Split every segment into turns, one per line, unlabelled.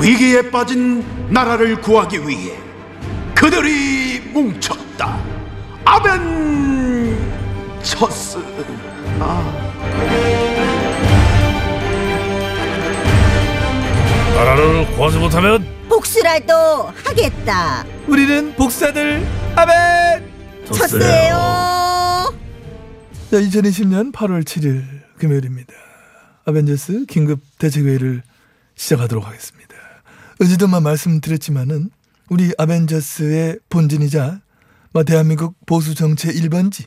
위기에 빠진 나라를 구하기 위해 그들이 뭉쳤다. 아멘. 쳤스.
나라를 구하지 못하면
복수라도 하겠다.
우리는 복사들 아멘.
쳤어요.
자, 2020년 8월 7일 금요일입니다. 아벤져스 긴급 대책회의를 시작하도록 하겠습니다. 어제도만 말씀드렸지만은 우리 아벤져스의 본진이자 뭐 대한민국 보수 정체 1번지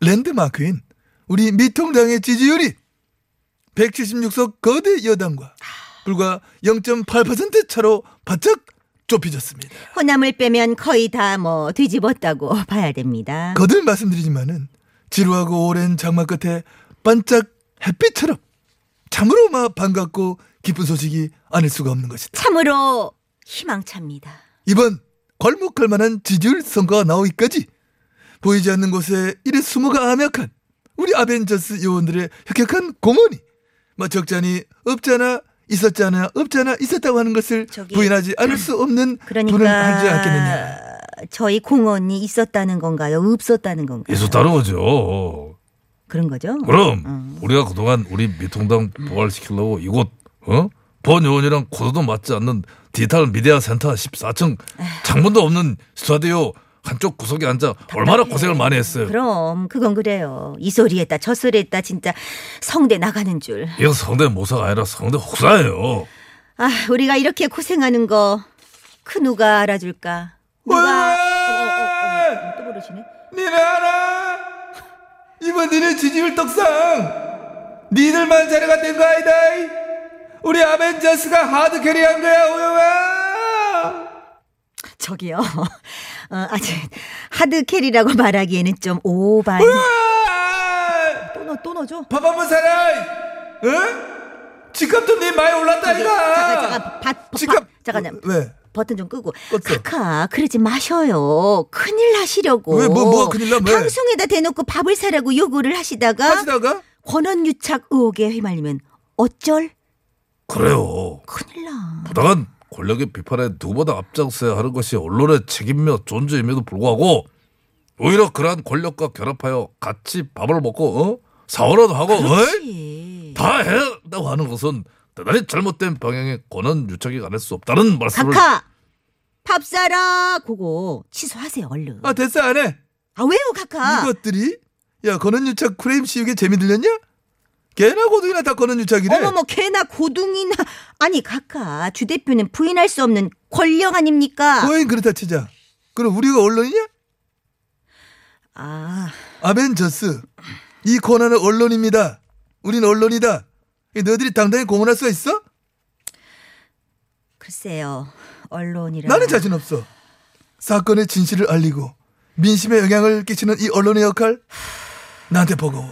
랜드마크인 우리 미통당의 지지율이 176석 거대 여당과 불과 0.8% 차로 바짝 좁혀졌습니다.
호남을 빼면 거의 다 뭐 뒤집었다고 봐야 됩니다.
거듭 말씀드리지만은 지루하고 오랜 장마 끝에 반짝 햇빛처럼 참으로 막 반갑고 기쁜 소식이 아닐 수가 없는 것이다.
참으로 희망찹니다.
이번 걸목할 만한 지지율 선거가 나오기까지 보이지 않는 곳에 이래 숨어가 암약한 우리 아벤져스 요원들의 혁혁한 공헌이 뭐 적잖이 없잖아 있었잖아 없잖아 있었다고 하는 것을
저기-
부인하지 않을 수 없는 분을 하지 않겠느냐.
그러니까 저희 공원이 있었다는 건가요? 없었다는 건가요?
있었다는 거죠.
그런 거죠?
그럼
음.
우리가 그동안 우리 미통당 부활시키려고 이곳 어? 번요원이랑 코드도 맞지 않는 디지털 미디어 센터 14층 창문도
음,
없는 스튜디오 한쪽 구석에 앉아 얼마나 고생을 많이 했어요.
그럼 그건 그래요. 이 소리 했다 저 소리 했다 진짜 성대 나가는 줄.
이건 성대 모사가 아니라 성대 혹사예요.
아 우리가 이렇게 고생하는 거 그 누가 알아줄까?
어,
누가? 어, 어, 어, 어, 또 모르시네.
니네 알아? 이번 니네 지지율 떡상 니들만 자료가 된 거 아니다 우리 아벤져스가 하드 캐리한 거야 오영아
저기요. 어, 아직 하드 캐리라고 말하기에는 좀 오반. 어? 또 넣어, 또 넣어줘.
아! 밥 한 번 사라 응? 집값도 니 많이 올랐다
저기,
이가
잠깐, 잠깐, 밭,
집값
잠깐, 잠깐.
왜?
버튼 좀 끄고.
껐어.
카카, 그러지 마셔요. 큰일 나시려고.
왜, 뭐, 뭐가 큰일 나? 왜?
방송에다 대놓고 밥을 사라고 요구를 하시다가
하시다가
권한유착 의혹에 휘말리면 어쩔?
그래요.
큰일 나.
부당한 권력의 비판에 누구보다 앞장서야 하는 것이 언론의 책임이며 존재임에도 불구하고 오히려 그러한 권력과 결합하여 같이 밥을 먹고 어? 사원화도 하고 어이?
그렇지.
다 해라고 하는 것은 대단히 잘못된 방향에 권한 유착이 가할 수 없다는 말씀을
카카, 밥 사라. 그거 취소하세요, 얼른.
아 됐어 안해
아, 왜요, 카카?
이것들이 야 건은유착 프레임 씌우게 재미 들렸냐? 개나 고등이나 다 건은유착이래
어머머 개나 고둥이나 아니 각하 주 대표는 부인할 수 없는 권력 아닙니까?
거인 그렇다 치자 그럼 우리가 언론이냐?
아
아벤져스 이 코너는 언론입니다. 우린 언론이다. 이 너희들이 당당히 공언할 수가 있어?
글쎄요 언론이라
나는 자신 없어. 사건의 진실을 알리고 민심에 영향을 끼치는 이 언론의 역할 나한테 버거워.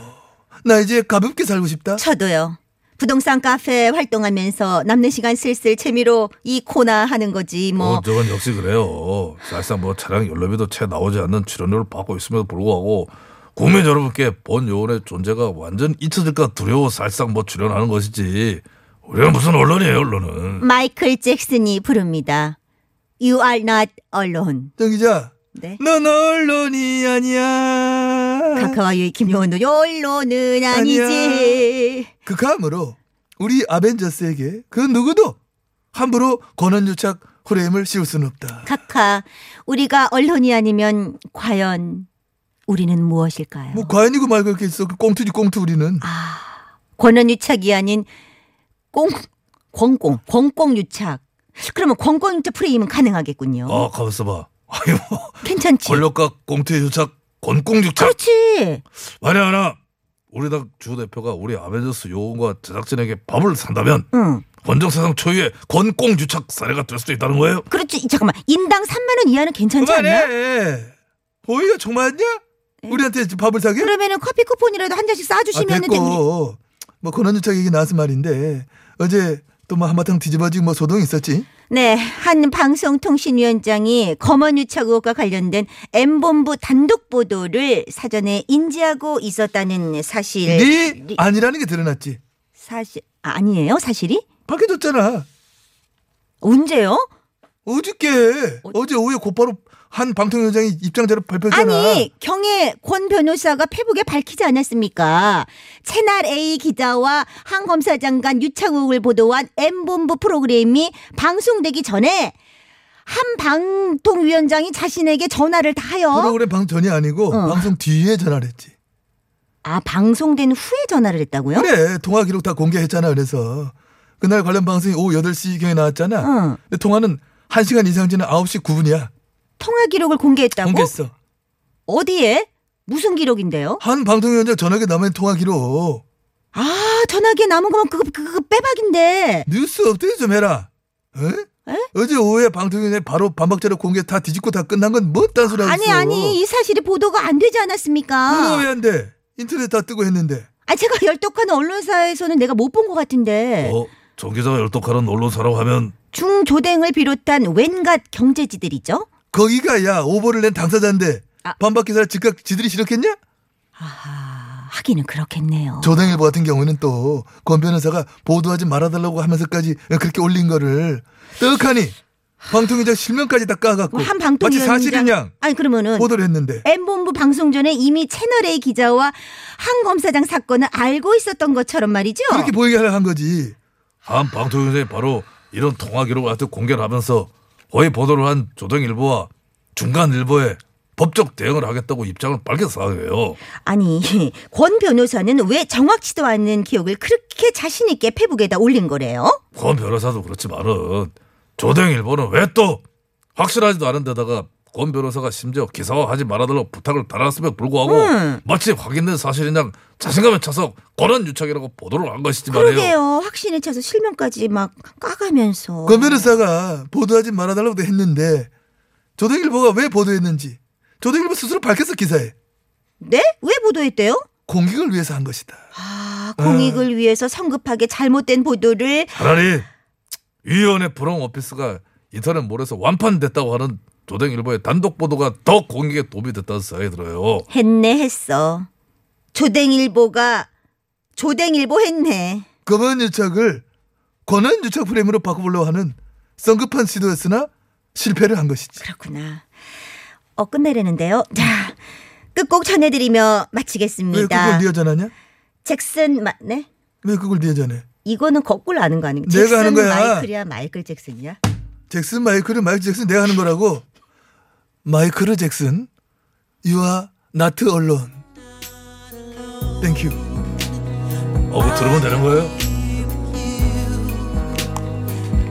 나 이제 가볍게 살고 싶다.
저도요 부동산 카페 활동하면서 남는 시간 슬슬 재미로 이 코나 하는 거지 뭐
어, 저건 역시 그래요. 사실상 뭐 차량 연료비도 채 나오지 않는 출연료를 받고 있음에도 불구하고 국민 여러분께 본 요원의 존재가 완전 잊혀질까 두려워 사실상 뭐 출연하는 것이지 우리는 무슨 언론이에요 언론은
마이클 잭슨이 부릅니다 You are not alone
정 기자,
네
넌 언론이 아니야.
카카와 유이 김요원도 언론은 아니지
그 감으로 우리 아벤져스에게 그 누구도 함부로 권한유착 프레임을 씌울 수는 없다.
카카 우리가 언론이 아니면 과연 우리는 무엇일까요?
뭐 과연이고 말고 이렇게 있어. 그 꽁투지 꽁투 우리는.
아. 권한유착이 아닌 꽁 권꽁 권꽁유착. 그러면 권꽁유착 프레임은 가능하겠군요.
아 가만있어 봐 아니 뭐
괜찮지?
권력과 공태의 유착 권공유착
그렇지.
만약 하나 우리 당 주 대표가 우리 아벤져스 요원과 제작진에게 밥을 산다면
응.
원정 세상 초유의 권공유착 사례가 될 수도 있다는 거예요
그렇지. 잠깐만. 인당 3만 원 이하는 괜찮지 않나?
그만해. 보이가 총 맞냐? 우리한테 지금 밥을 사게?
네. 그러면은 커피 쿠폰이라도 한 잔씩
아,
싸주시면 됩니다.
됐고. 뭐 권한유착 얘기 나와서 말인데 어제 또 뭐 한바탕 뒤집어지고 뭐 소동이 있었지?
네, 한 방송통신위원장이 검언유착 의혹과 관련된 M본부 단독 보도를 사전에 인지하고 있었다는 사실.
네
리-
아니라는 게 드러났지.
사실 아, 아니에요, 사실이?
밝혀줬잖아.
언제요?
어저께
어-
어제 오후에 곧바로 한 방통 위원장이 입장자를 발표했잖아.
아니 경혜 권 변호사가 페북에 밝히지 않았습니까? 채널 A 기자와 한 검사장 간 유착국을 보도한 M 본부 프로그램이 방송되기 전에 한 방통위원장이 자신에게 전화를 다 하여
프로그램 방 전이 아니고
어.
방송 뒤에 전화를 했지.
아 방송된 후에 전화를 했다고요?
그래 통화 기록 다 공개했잖아. 그래서 그날 관련 방송이 오후 8시 경에 나왔잖아.
응.
근데 통화는 1시간 이상 지난 9시 9분이야.
통화 기록을 공개했다고?
공개했어.
어디에? 무슨 기록인데요?
한 방통위원장 전화기 남은 통화 기록.
아 전화기에 남은 거만 그거 그거 그거 빼박인데
뉴스 업데이트 좀 해라. 에? 어제 오후에 방통위원회 바로 반박자료 공개 다 뒤집고 다 끝난 건뭔 딴소리 하고
아니
있어.
아니 이 아. 사실이 보도가 안 되지 않았습니까?
그거 왜안 돼? 인터넷 다 뜨고 했는데.
아 제가 열독하는 언론사에서는 내가 못 본 것 같은데
어, 정 기자가 열독하는 언론사라고 하면
중조댕을 비롯한 웬갓 경제지들이죠.
거기가 야 오보를 낸 당사자인데
아.
반박 기사를 즉각 지들이 실었겠냐?
아하 하기는 그렇겠네요.
조당일보 같은 경우는 또 권 변호사가 보도하지 말아달라고 하면서까지 그렇게 올린 거를 떡하니 방통위장 실명까지 다 까갖고
뭐한 네. 방통
마치 사실인 양
아니 그러면은
보도를 했는데
M 본부 방송 전에 이미 채널 A 기자와 한 검사장 사건을 알고 있었던 것처럼 말이죠.
그렇게 뭐- 보이게 하려 한 거지.
한 방통위원장이 바로 이런 통화 기록을 한테 공개를 하면서 거의 보도를 한 조정일보와 중간일보에 법적 대응을 하겠다고 입장을 밝혔어요.
아니 권 변호사는 왜 정확치도 않은 기억을 그렇게 자신 있게 페북에다 올린 거래요?
권 변호사도 그렇지만은 조정일보는 왜 또 확실하지도 않은 데다가 권 변호사가 심지어 기사화하지 말아달라고 부탁을 달았음에 불구하고
음.
마치 확인된 사실인 양 자신감에 차서 권한 유착이라고 보도를 한 것이지만요.
그러게요. 확신에 차서 실명까지 막 까가면서.
권 변호사가 보도하지 말아달라고 했는데 조당일보가 왜 보도했는지 조당일보 스스로 밝혔어 기사에
네? 왜 보도했대요?
공익을 위해서 한 것이다.
아,
네.
공익을 위해서 성급하게 잘못된 보도를
차라리 위원회 불황 오피스가 인터넷 몰에서 완판됐다고 하는 조댕일보의 단독 보도가 더 공익에 도움이 됐다는 생각이 들어요.
했네 했어. 조댕일보가 조댕일보 했네.
검언 유착을 권한 유착 프레임으로 바꿔보려고 하는 성급한 시도였으나 실패를 한 것이지.
그렇구나. 어 끝내려는데요. 자, 끝곡 전해드리며
왜 그걸
마치겠습니다.
네 여전하냐?
잭슨 맞네.
왜 그걸 네 여전해?
이거는 거꾸로 아는 거 아닌가?
내가
잭슨
하는 거야.
마이클이야 마이클 잭슨이야.
잭슨 마이클은 마이클 잭슨 내가 하는 거라고. 마이클 잭슨, 유아 나트 언론. 땡큐.
어, 그거 들으면 되는 거예요?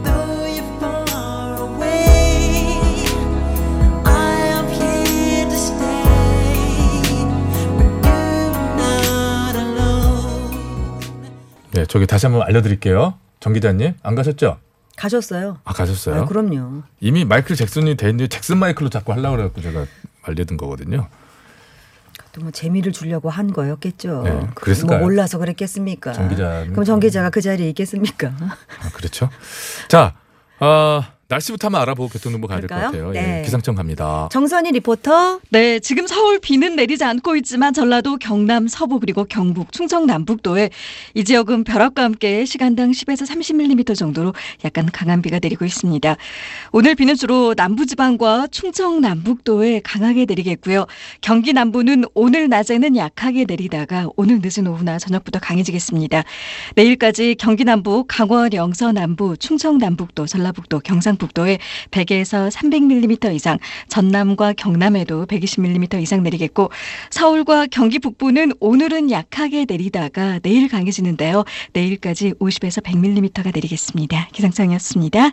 Though you're far away, I am here to stay. But you're not alone.
네, 저기 다시 한번 알려드릴게요. 정 기자님 안 가셨죠?
가셨어요.
아 가셨어요?
아, 그럼요.
이미 마이클 잭슨이 됐는데 잭슨 마이클로 자꾸 하려고 그래갖고 제가 말려든 거거든요.
또 뭐 재미를 주려고 한 거였겠죠.
네,
뭐
그랬을까요?
몰라서 그랬겠습니까?
정 기자는-
그럼 정 기자가 그 자리에 있겠습니까?
아, 그렇죠? 자, 어, 날씨부터 한번 알아보고 교통정보 가야 될 것
그럴까요?
같아요.
네.
예, 기상청 갑니다.
정선희 리포터.
네, 지금 서울 비는 내리지 않고 있지만 전라도 경남 서부 그리고 경북 충청 남북도에 이 지역은 벼락과 함께 시간당 10에서 30mm 정도로 약간 강한 비가 내리고 있습니다. 오늘 비는 주로 남부지방과 충청 남북도에 강하게 내리겠고요. 경기 남부는 오늘 낮에는 약하게 내리다가 오늘 늦은 오후나 저녁부터 강해지겠습니다. 내일까지 경기 남부, 강원 영서 남부, 충청 남북도, 전라북도, 경상북도에 100에서 300mm 이상, 전남과 경남에도 120mm 이상 내리겠고 서울과 경기 북부는 오늘은 약하게 내리다가 내일 강해지는데요. 내일까지 50에서 100mm가 내리겠습니다. 기상청이었습니다.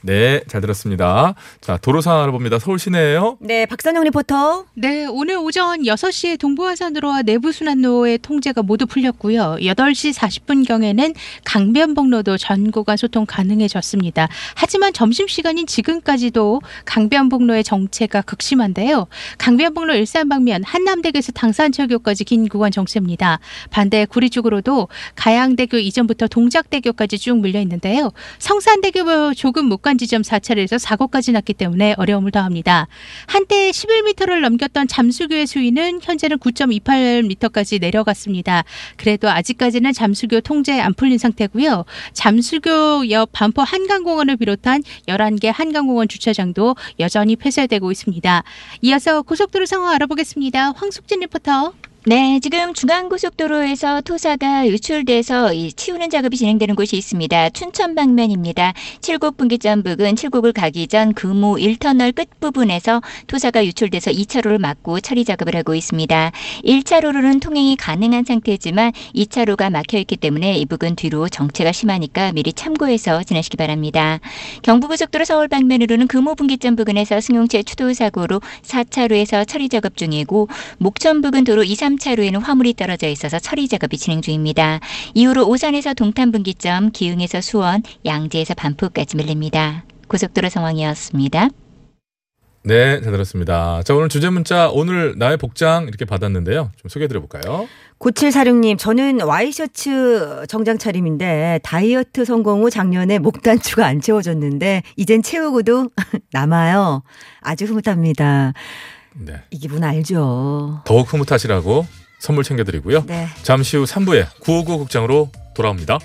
네, 잘 들었습니다. 자, 도로 상황 알아봅니다. 서울 시내예요.
네, 박선영 리포터.
네, 오늘 오전 6시에 동부화산으로와 내부순환로의 통제가 모두 풀렸고요. 8시 40분경에는 강변북로도 전고가 소통 가능해졌습니다. 하지만 점심시간인 지금까지도 강변북로의 정체가 극심한데요. 강변북로 일산 방면 한남대교에서 당산철교까지 긴 구간 정체입니다. 반대 구리 쪽으로도 가양대교 이전부터 동작대교까지 쭉 밀려 있는데요. 성산대교 조금 못 중간 지점 사찰에서 사고까지 났기 때문에 어려움을 더합니다. 한때 11m를 넘겼던 잠수교의 수위는 현재는 9.28m까지 내려갔습니다. 그래도 아직까지는 잠수교 통제 안 풀린 상태고요. 잠수교 옆 반포 한강공원을 비롯한 11개 한강공원 주차장도 여전히 폐쇄되고 있습니다. 이어서 고속도로 상황 알아보겠습니다. 황숙진 리포터.
네, 지금 중앙고속도로에서 토사가 유출돼서 이 치우는 작업이 진행되는 곳이 있습니다. 춘천 방면입니다. 칠곡 분기점 부근 칠곡을 가기 전 금호 1터널 끝부분에서 토사가 유출돼서 2차로를 막고 처리 작업을 하고 있습니다. 1차로로는 통행이 가능한 상태지만 2차로가 막혀 있기 때문에 이 부근 뒤로 정체가 심하니까 미리 참고해서 지나시기 바랍니다. 경부고속도로 서울 방면으로는 금호 분기점 부근에서 승용차 추돌 사고로 4차로에서 처리 작업 중이고 목천 부근 도로 2, 3차로에는 화물이 떨어져 있어서 처리 작업이 진행 중입니다. 이후로 오산에서 동탄 분기점, 기흥에서 수원, 양재에서 반포까지 밀립니다. 고속도로 상황이었습니다.
네, 잘 들었습니다. 자, 오늘 주제 문자 오늘 나의 복장 이렇게 받았는데요. 좀 소개해 드려 볼까요?
9746님, 저는 와이셔츠 정장 차림인데 다이어트 성공 후 작년에 목단추가 안 채워졌는데 이젠 채우고도 남아요. 아주 흐뭇합니다.
네.
이 기분 알죠?
더욱 흐뭇하시라고 선물 챙겨 드리고요.
네.
잠시 후 3부에 959 국장으로 돌아옵니다.